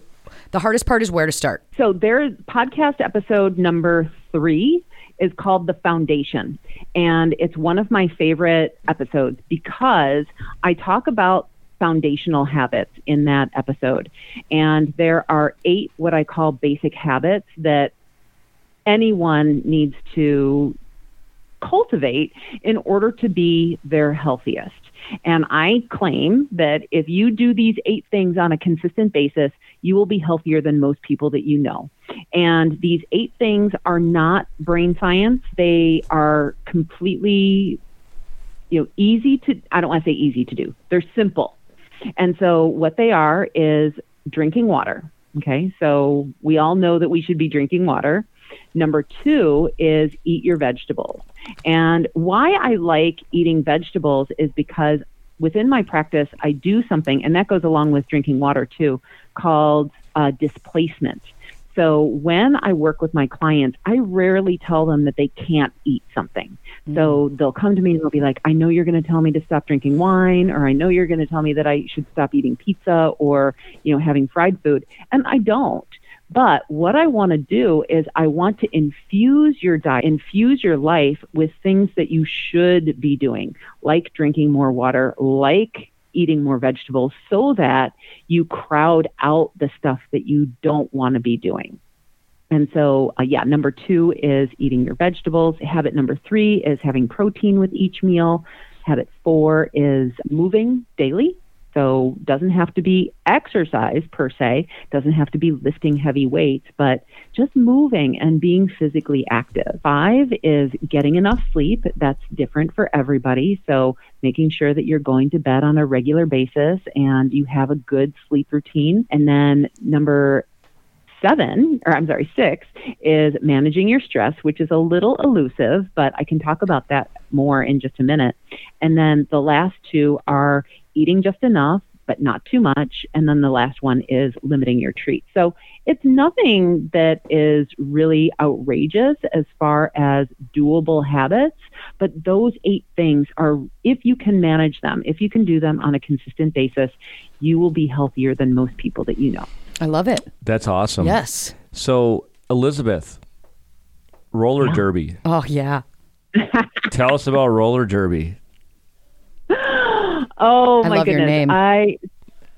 Speaker 2: the hardest part is where to start.
Speaker 4: So their podcast episode number three is called The Foundation. And it's one of my favorite episodes because I talk about foundational habits in that episode. And there are eight what I call basic habits that anyone needs to cultivate in order to be their healthiest. And I claim that if you do these eight things on a consistent basis, you will be healthier than most people that you know. And these eight things are not brain science, they are completely you know easy to i don't want to say easy to do they're simple and so what they are is drinking water okay so we all know that we should be drinking water number two is eat your vegetables and why i like eating vegetables is because within my practice i do something and that goes along with drinking water too called uh, displacement so when I work with my clients, I rarely tell them that they can't eat something. So they'll come to me and they'll be like, I know you're going to tell me to stop drinking wine, or I know you're going to tell me that I should stop eating pizza or, you know, having fried food. And I don't. But what I want to do is I want to infuse your diet, infuse your life with things that you should be doing, like drinking more water, like eating more vegetables, so that you crowd out the stuff that you don't want to be doing. And so, uh, yeah, number two is eating your vegetables. Habit number three is having protein with each meal. Habit four is moving daily. So, doesn't have to be exercise per se, doesn't have to be lifting heavy weights, but just moving and being physically active. Five is getting enough sleep. That's different for everybody. So, making sure that you're going to bed on a regular basis and you have a good sleep routine. And then number seven, or I'm sorry, six, is managing your stress, which is a little elusive, but I can talk about that more in just a minute. And then the last two are eating just enough. But not too much. And then the last one is limiting your treats. So it's nothing that is really outrageous as far as doable habits, but those eight things are, if you can manage them, if you can do them on a consistent basis, you will be healthier than most people that you know.
Speaker 2: I love it.
Speaker 1: That's awesome.
Speaker 2: Yes.
Speaker 1: So Elizabeth, roller derby.
Speaker 2: Oh yeah.
Speaker 1: Tell us about roller derby.
Speaker 4: Oh
Speaker 2: I
Speaker 4: my
Speaker 2: love your
Speaker 4: goodness!
Speaker 2: name.
Speaker 4: I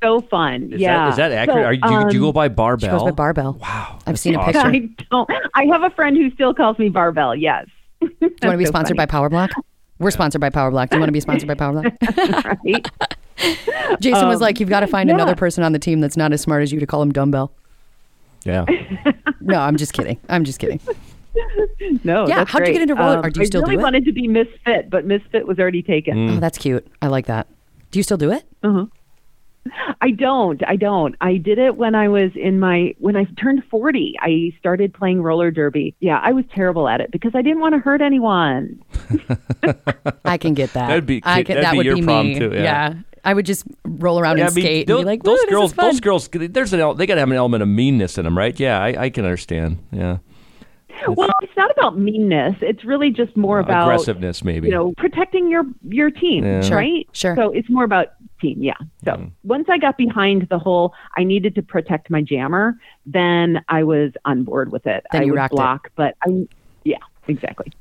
Speaker 4: so fun.
Speaker 1: Is
Speaker 4: yeah,
Speaker 1: that, is that accurate?
Speaker 4: So, um,
Speaker 1: Are you, do you go by barbell?
Speaker 2: She goes by barbell.
Speaker 1: Wow,
Speaker 2: I've seen a
Speaker 1: awesome.
Speaker 2: picture.
Speaker 4: I
Speaker 2: Do
Speaker 4: don't. I have a friend who still calls me Barbell. Yes.
Speaker 2: you want to be sponsored by Power Block? We're sponsored by Power Block. Do you want to be sponsored by Power Block?
Speaker 4: Right? Um,
Speaker 2: Jason was like, "You've got to find
Speaker 4: yeah.
Speaker 2: another person on the team that's not as smart as you to call him dumbbell."
Speaker 1: Yeah.
Speaker 2: No, I'm just kidding. I'm just kidding.
Speaker 4: no.
Speaker 2: Yeah,
Speaker 4: that's
Speaker 2: how'd you
Speaker 4: great.
Speaker 2: get into roller-
Speaker 4: Um,
Speaker 2: or do you
Speaker 4: I
Speaker 2: still do
Speaker 4: really
Speaker 2: it?
Speaker 4: wanted to be Misfit, but Misfit was already taken.
Speaker 1: Mm.
Speaker 2: Oh, that's cute. I like that. Do you still do it?
Speaker 4: I don't. I don't. I did it when I was in my when I turned 40. I started playing roller derby. Yeah, I was terrible at it because I didn't want to hurt anyone.
Speaker 2: I can get that.
Speaker 1: That'd be
Speaker 2: I
Speaker 1: cute. That'd
Speaker 2: that
Speaker 1: be
Speaker 2: would
Speaker 1: your
Speaker 2: be
Speaker 1: problem,
Speaker 2: me.
Speaker 1: too, yeah.
Speaker 2: I would just roll around
Speaker 1: Yeah,
Speaker 2: and skate
Speaker 1: tho-
Speaker 2: and be like,
Speaker 1: those
Speaker 2: "Woo, this
Speaker 1: girls,
Speaker 2: is fun."
Speaker 1: those girls, there's an el- they got to have an element of meanness in them, right? Yeah, I, I can understand. Yeah,
Speaker 4: Well, it's not about meanness. It's really just more about
Speaker 1: aggressiveness maybe.
Speaker 4: you know, protecting your your team,
Speaker 1: Yeah. Mm.
Speaker 2: Sure,
Speaker 4: right?
Speaker 2: sure.
Speaker 4: So it's more about team, yeah. So once I got behind the whole, I needed to protect my jammer. Then I was on board with it.
Speaker 2: Then
Speaker 4: I
Speaker 2: you
Speaker 4: would
Speaker 2: rocked it.
Speaker 4: block, but I, yeah, exactly.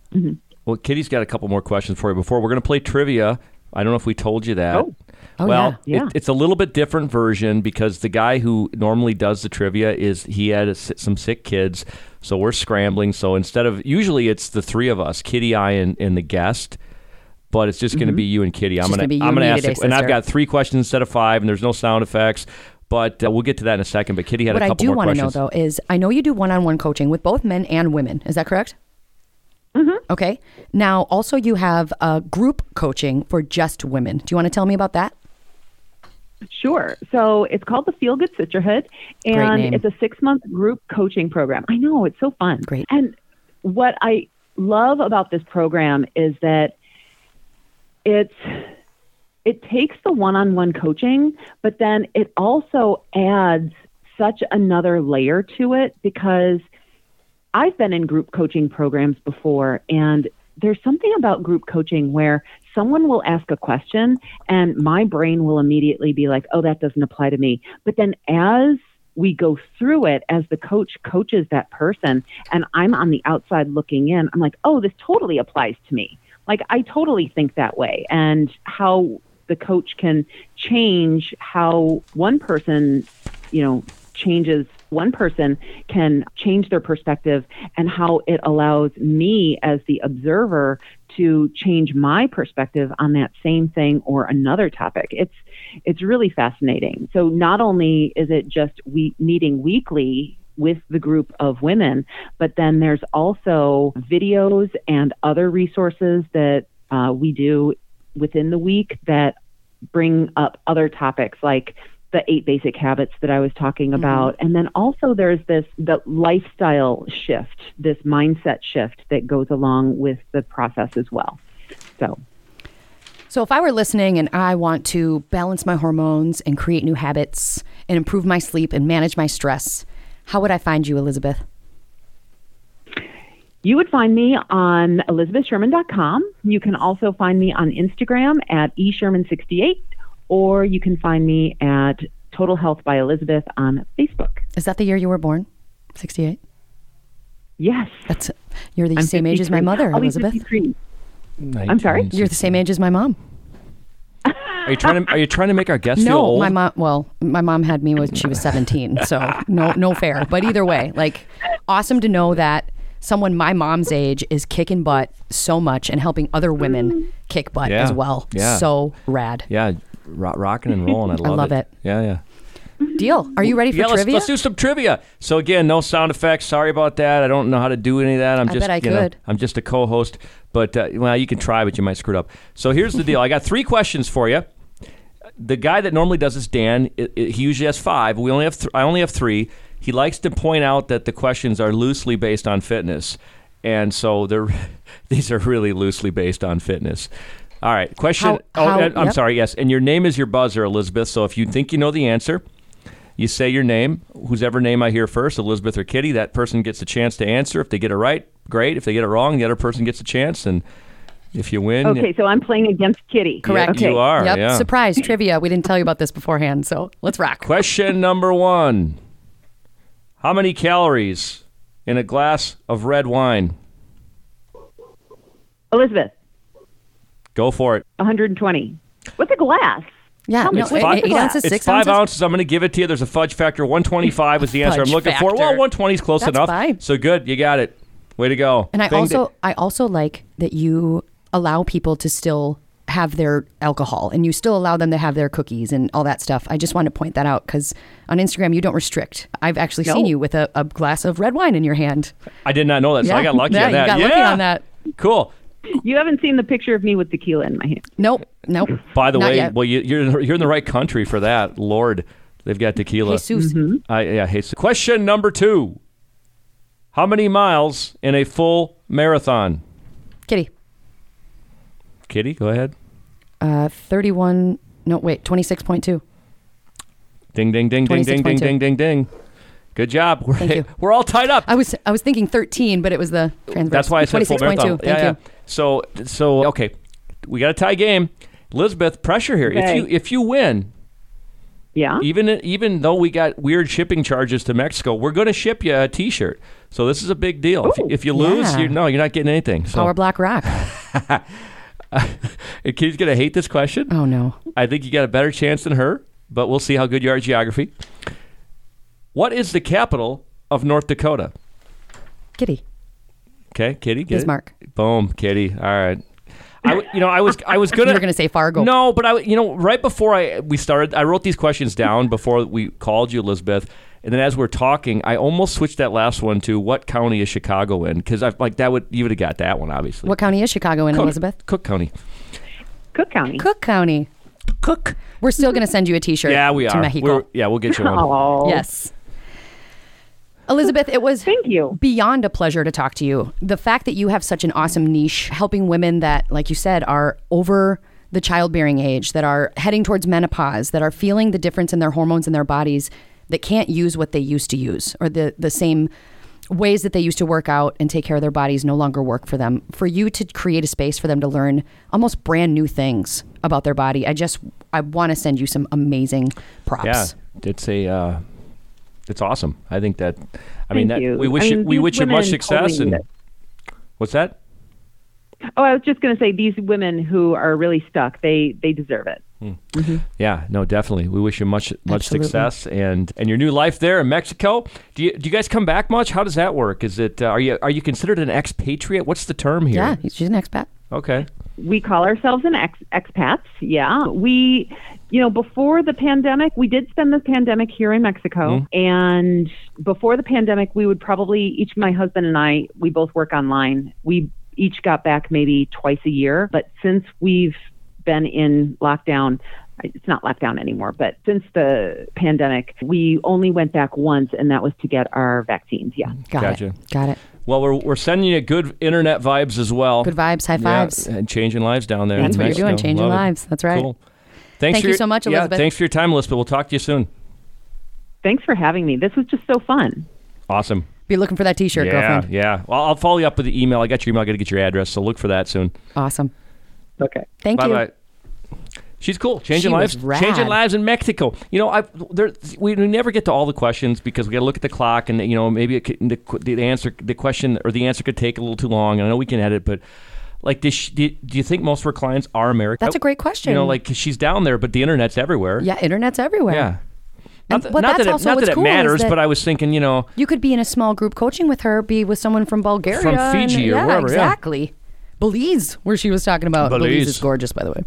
Speaker 1: Well, Kitty's got a couple more questions for you before we're going to play trivia. I don't know if we told you that.
Speaker 4: Oh.
Speaker 2: Oh,
Speaker 1: well,
Speaker 4: yeah.
Speaker 1: it-
Speaker 4: Yeah.
Speaker 1: it's a little bit different version because the guy who normally does the trivia is he had a s some sick kids, so we're scrambling. So instead of usually it's the three of us, Kitty, I, and, and the guest, but it's just going to be you and Kitty. I'm
Speaker 2: Mm-hmm.
Speaker 1: going
Speaker 2: just gonna be
Speaker 1: to
Speaker 2: you
Speaker 1: I'm
Speaker 2: and
Speaker 1: going to
Speaker 2: me
Speaker 1: ask,
Speaker 2: today,
Speaker 1: the- and I've
Speaker 2: sister.
Speaker 1: got three questions instead of five, and there's no sound effects. But uh, we'll get to that in a second. But Kitty had
Speaker 2: what
Speaker 1: a
Speaker 2: I
Speaker 1: couple
Speaker 2: do
Speaker 1: more
Speaker 2: want to know
Speaker 1: questions.
Speaker 2: though is, I know you do one-on-one coaching with both men and women. Is that correct? Mm-hmm. Okay. Now, also you have uh, group coaching for just women. Do you want to tell me about that?
Speaker 4: Sure. So it's called the Feel Good Sisterhood,
Speaker 2: name.
Speaker 4: and it's a six month group coaching program. I know it's so fun.
Speaker 2: Great.
Speaker 4: And what I love about this program is that it's it takes the one on one coaching, but then it also adds such another layer to it because I've been in group coaching programs before, and there's something about group coaching where someone will ask a question, and my brain will immediately be like, oh, that doesn't apply to me. But then as we go through it, as the coach coaches that person, and I'm on the outside looking in, I'm like, oh, this totally applies to me. Like, I totally think that way. And how the coach can change how one person, you know, changes one person can change their perspective and how it allows me as the observer to change my perspective on that same thing or another topic. It's it's really fascinating. So not only is it just we meeting weekly with the group of women, but then there's also videos and other resources that uh, we do within the week that bring up other topics like the eight basic habits that I was talking
Speaker 1: Mm-hmm.
Speaker 4: about. And then also there's this the lifestyle shift, this mindset shift that goes along with the process as well. So
Speaker 2: So, if I were listening and I want to balance my hormones and create new habits and improve my sleep and manage my stress, how would I find you, Elizabeth?
Speaker 4: You would find me on elizabethsherman.com. You can also find me on Instagram at esherman68, or you can find me at Total Health by Elizabeth on Facebook.
Speaker 2: Is that the year you were born? 68?
Speaker 4: Yes.
Speaker 2: That's you're the
Speaker 4: I'm
Speaker 2: same age as my
Speaker 4: 53.
Speaker 2: mother,
Speaker 4: I'll be
Speaker 2: Elizabeth.
Speaker 4: 53. I'm sorry?
Speaker 2: You're the same age as my mom.
Speaker 1: Are you trying to Are you trying to make our guest feel
Speaker 2: No,
Speaker 1: old?
Speaker 2: my mom. Well, my mom had me when she was 17, so no, no fair. But either way, like, awesome to know that someone my mom's age is kicking butt so much and helping other women kick butt
Speaker 1: Yeah,
Speaker 2: as well.
Speaker 1: yeah.
Speaker 2: So rad.
Speaker 1: yeah, ro- rocking and rolling. I love,
Speaker 2: love it.
Speaker 1: Yeah, yeah.
Speaker 2: Deal. Are you ready for
Speaker 1: yeah, let's,
Speaker 2: trivia?
Speaker 1: let's do some trivia. So again, no sound effects. Sorry about that. I don't know how to do any of that. I'm
Speaker 2: I
Speaker 1: just,
Speaker 2: bet I
Speaker 1: you know,
Speaker 2: could.
Speaker 1: I'm just a co-host. But uh, well, you can try, but you might screw it up. So here's the deal. I got three questions for you. The guy that normally does this, Dan, i i he usually has five. We only have, th- I only have three. He likes to point out that the questions are loosely based on fitness, and so they're these are really loosely based on fitness. All right, question.
Speaker 2: How-
Speaker 1: oh,
Speaker 2: how-
Speaker 1: and- I'm
Speaker 2: yep.
Speaker 1: sorry. Yes, and your name is your buzzer, Elizabeth. So if you think you know the answer, you say your name, whosever name I hear first, Elizabeth or Kitty, that person gets a chance to answer. If they get it right, great. If they get it wrong, the other person gets a chance. And if you win,
Speaker 4: Okay, so I'm playing against Kitty.
Speaker 2: Correct.
Speaker 4: Okay.
Speaker 1: you are.
Speaker 2: Yep.
Speaker 1: yeah.
Speaker 2: Surprise trivia. We didn't tell you about this beforehand, so let's rock.
Speaker 1: Question number one How many calories in a glass of red wine?
Speaker 4: Elizabeth,
Speaker 1: Go for it.
Speaker 4: 120. What's a glass?
Speaker 2: Yeah.
Speaker 4: How
Speaker 2: no,
Speaker 4: much weight
Speaker 1: five-
Speaker 4: is
Speaker 2: eight,
Speaker 4: a
Speaker 2: eight
Speaker 4: glass?
Speaker 2: ounces,
Speaker 1: it's
Speaker 2: six
Speaker 1: five
Speaker 2: ounces.
Speaker 1: ounces. I'm going to give it to you. There's a fudge factor. 125 is the answer
Speaker 2: Fudge
Speaker 1: I'm looking for.
Speaker 2: factor.
Speaker 1: Well, 120 is close
Speaker 2: That's
Speaker 1: enough.
Speaker 2: fine.
Speaker 1: So good. You got it. Way to go.
Speaker 2: And I
Speaker 1: Ding, ding.
Speaker 2: also I also like that you allow people to still have their alcohol and you still allow them to have their cookies and all that stuff. I just want to point that out because on Instagram, you don't restrict. I've actually seen
Speaker 4: No.
Speaker 2: you with a, a glass of red wine in your hand.
Speaker 1: I did not know that, so I got lucky
Speaker 2: yeah,
Speaker 1: on that.
Speaker 2: You got
Speaker 1: yeah.
Speaker 2: lucky on that.
Speaker 1: Cool.
Speaker 4: You haven't seen the picture of me with tequila in my hand.
Speaker 2: Nope. Nope.
Speaker 1: By the
Speaker 2: Not
Speaker 1: way,
Speaker 2: yet.
Speaker 1: well, you, you're you're in the right country for that. Lord, they've got tequila.
Speaker 2: Jesus. Mm-hmm.
Speaker 1: I, yeah, hey, so- question number two: How many miles in a full marathon?
Speaker 2: Kitty.
Speaker 1: Kitty, go ahead.
Speaker 2: Uh, 31. No, wait, 26.2.
Speaker 1: Ding, ding, ding, ding, ding, ding,
Speaker 2: 26.2.
Speaker 1: ding, ding, ding. Good job. We're,
Speaker 2: Thank you.
Speaker 1: we're all tied up.
Speaker 2: I was I was thinking 13, but it was the transverse.
Speaker 1: That's why I said full
Speaker 2: 26.2.
Speaker 1: marathon.
Speaker 2: Thank
Speaker 1: yeah, yeah.
Speaker 2: you.
Speaker 1: So, so okay, we got a tie game. Elizabeth, pressure here. If
Speaker 4: Okay.
Speaker 1: you if you win,
Speaker 4: Yeah.
Speaker 1: even even though we got weird shipping charges to Mexico, we're going to ship you a T-shirt. So this is a big deal. If, if you lose,
Speaker 2: yeah.
Speaker 1: you no, you're not getting anything. So uh,
Speaker 2: Power Black Rock.
Speaker 1: Kitty's going to hate this question.
Speaker 2: Oh, no.
Speaker 1: I think you got a better chance than her, but we'll see how good you are at geography. What is the capital of North Dakota?
Speaker 2: Kitty.
Speaker 1: Okay, Kitty. Get it?
Speaker 2: Bismarck.
Speaker 1: Boom, Kitty. All right. I, w- you know, I was, I was gonna.
Speaker 2: You were gonna say Fargo.
Speaker 1: No, but I, w- you know, right before I we started, I wrote these questions down before we called you, Elizabeth. And then as we're talking, I almost switched that last one to what county is Chicago in? Because I like that would you would have got that one obviously.
Speaker 2: What county is Chicago in,
Speaker 1: Cook,
Speaker 2: Elizabeth?
Speaker 1: Cook County.
Speaker 4: Cook County.
Speaker 2: Cook County.
Speaker 1: Cook.
Speaker 2: We're still going to send you a T-shirt.
Speaker 1: Yeah, we
Speaker 2: to
Speaker 1: are.
Speaker 2: Mexico.
Speaker 1: We're- yeah, we'll get you one.
Speaker 4: Oh,
Speaker 2: Yes, Elizabeth, it was
Speaker 4: Thank you.
Speaker 2: beyond a pleasure to talk to you. The fact that you have such an awesome niche, helping women that, like you said, are over the childbearing age, that are heading towards menopause, that are feeling the difference in their hormones in their bodies, that can't use what they used to use, or the the same ways that they used to work out and take care of their bodies no longer work for them. For you to create a space for them to learn almost brand new things about their body, I just I want to send you some amazing props.
Speaker 1: Yeah, it's a. Uh, it's awesome. I think that. I mean,
Speaker 4: Thank
Speaker 1: that,
Speaker 4: you.
Speaker 1: we
Speaker 4: I
Speaker 1: wish you,
Speaker 4: mean,
Speaker 1: we
Speaker 4: these
Speaker 1: wish you
Speaker 4: women
Speaker 1: much
Speaker 4: totally
Speaker 1: success.
Speaker 4: need
Speaker 1: And
Speaker 4: it.
Speaker 1: what's that?
Speaker 4: Oh, I was just going to say these women who are really stuck, they they deserve it.
Speaker 1: Yeah, no, definitely. We wish you much much
Speaker 2: Absolutely.
Speaker 1: success and and your new life there in Mexico. Do you do you guys come back much? How does that work? Is it uh, are you are you considered an expatriate? What's the term here?
Speaker 2: Yeah, she's an expat.
Speaker 1: Okay.
Speaker 4: we call ourselves an ex- expats. Yeah. We, you know, before the pandemic, we did spend the pandemic here in Mexico. And before the pandemic, we would probably, each my husband and I, we both work online. We each got back maybe twice a year. But since we've been in lockdown, it's not lockdown anymore, but since the pandemic, we only went back once, and that was to get our vaccines. Yeah.
Speaker 2: Got
Speaker 1: Gotcha.
Speaker 2: it. Got it.
Speaker 1: Well, we're we're sending you good internet vibes as well.
Speaker 2: Good vibes, high
Speaker 1: Yeah,
Speaker 2: fives.
Speaker 1: and changing lives down there.
Speaker 2: That's
Speaker 1: in
Speaker 2: what you're doing,
Speaker 1: Mexico.
Speaker 2: changing
Speaker 1: Love it.
Speaker 2: lives. That's right.
Speaker 1: Cool. Thanks
Speaker 2: Thank
Speaker 1: for
Speaker 2: you
Speaker 1: your-
Speaker 2: so much,
Speaker 1: yeah,
Speaker 2: Elizabeth.
Speaker 1: thanks for your time, Elizabeth. We'll talk to you soon.
Speaker 4: Thanks for having me. This was just so fun.
Speaker 1: Awesome.
Speaker 2: Be looking for that T-shirt,
Speaker 1: yeah,
Speaker 2: girlfriend.
Speaker 1: yeah. Well, I'll follow you up with the email. I got your email. I got to get your address, so look for that soon.
Speaker 2: Awesome.
Speaker 4: Okay.
Speaker 2: Thank
Speaker 1: Bye
Speaker 2: you.
Speaker 1: bye. She's cool. Changing
Speaker 2: She
Speaker 1: lives.
Speaker 2: was rad.
Speaker 1: Changing lives in Mexico. You know, I there we, we never get to all the questions because we got to look at the clock, and you know, maybe it, could- the, the answer, the question, or the answer could take a little too long. And I know we can edit, but like, does she, do, do you think most of her clients are American?
Speaker 2: That's a great question.
Speaker 1: You know, like 'cause she's down there, but the internet's everywhere.
Speaker 2: Yeah, internet's everywhere.
Speaker 1: Yeah. Not,
Speaker 2: And-
Speaker 1: that,
Speaker 2: but
Speaker 1: not
Speaker 2: that's
Speaker 1: that it,
Speaker 2: also
Speaker 1: not
Speaker 2: what's
Speaker 1: that it
Speaker 2: cool is
Speaker 1: matters,
Speaker 2: that-
Speaker 1: but I was thinking, you know,
Speaker 2: You could be in a small group coaching with her, be with someone from Bulgaria,
Speaker 1: From
Speaker 2: and-
Speaker 1: Fiji or
Speaker 2: yeah,
Speaker 1: wherever, yeah.
Speaker 2: Exactly. Belize, where she was talking about. Belize.
Speaker 1: Belize.
Speaker 2: is gorgeous, by the way.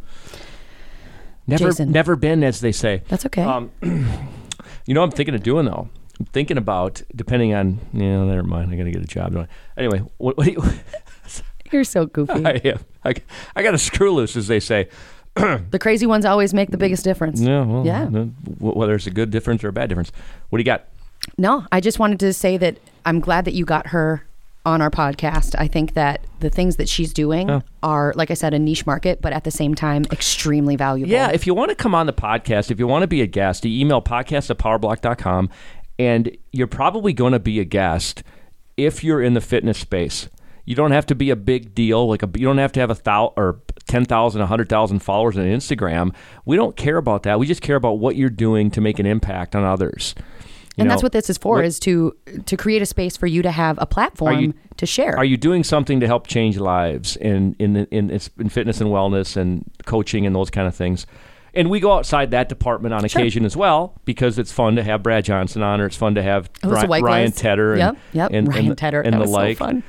Speaker 1: never,
Speaker 2: Jason.
Speaker 1: never been, as they say.
Speaker 2: That's okay.
Speaker 1: Um, you know, what I'm thinking of doing though. I'm thinking about depending on. You know, never mind. I gotta get a job. Don't I? Anyway, what, what do you?
Speaker 2: You're so goofy.
Speaker 1: I am. I, I got a screw loose, as they say.
Speaker 2: The crazy ones always make the biggest difference.
Speaker 1: Yeah. Well,
Speaker 2: Yeah.
Speaker 1: w- Whether it's a good difference or a bad difference. What do you got?
Speaker 2: No, I just wanted to say that I'm glad that you got her on our podcast. I think that the things that she's doing are, like I said, a niche market, but at the same time, extremely valuable.
Speaker 1: Yeah. If you want to come on the podcast, if you want to be a guest, you email podcast at powerblock.com, and you're probably going to be a guest if you're in the fitness space. You don't have to be a big deal. Like a, you don't have to have a thousand or 10,000, 100,000 followers on Instagram. We don't care about that. We just care about what you're doing to make an impact on others. You
Speaker 2: and
Speaker 1: know,
Speaker 2: that's what this is for:
Speaker 1: what-
Speaker 2: is to to create a space for you to have a platform
Speaker 1: you-
Speaker 2: to share.
Speaker 1: Are you doing something to help change lives in in the- in, it's- in fitness and wellness and coaching and those kind of things? And we go outside that department on occasion as well because it's fun to have Brad Johnson on, or it's fun to have
Speaker 2: Oh, it's
Speaker 1: Bri-
Speaker 2: the White
Speaker 1: Ryan
Speaker 2: guys.
Speaker 1: Tedder and,
Speaker 2: Yep, yep.
Speaker 1: and- and
Speaker 2: Ryan
Speaker 1: the-
Speaker 2: Tedder.
Speaker 1: and
Speaker 2: That
Speaker 1: the
Speaker 2: was so
Speaker 1: like.
Speaker 2: fun.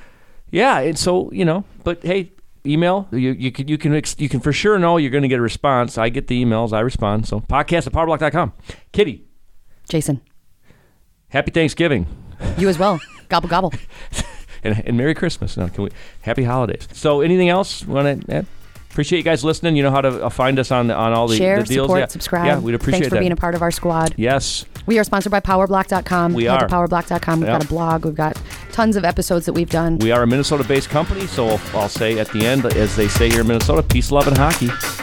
Speaker 1: Yeah, and so you know, but hey, email. You, you can you can ex- you can for sure know you're going to get a response. I get the emails. I respond. So podcast at powerblock.com. Kitty,
Speaker 2: Jason,
Speaker 1: happy Thanksgiving
Speaker 2: you as well. gobble gobble.
Speaker 1: and, and Merry Christmas. Now, can we happy holidays? So anything else? Want to add? Appreciate you guys listening. You know how to uh, find us on on all the,
Speaker 2: Share,
Speaker 1: the deals.
Speaker 2: support,
Speaker 1: yeah.
Speaker 2: subscribe.
Speaker 1: Yeah, we'd appreciate
Speaker 2: Thanks for
Speaker 1: that.
Speaker 2: being a part of our squad.
Speaker 1: yes.
Speaker 2: We are sponsored by powerblock.com.
Speaker 1: We
Speaker 2: Head
Speaker 1: are.
Speaker 2: to powerblock.com. We've
Speaker 1: Yeah.
Speaker 2: got a blog. We've got tons of episodes that we've done.
Speaker 1: We are a Minnesota based company, so I'll, I'll say at the end, as they say here in Minnesota, peace, love, and hockey.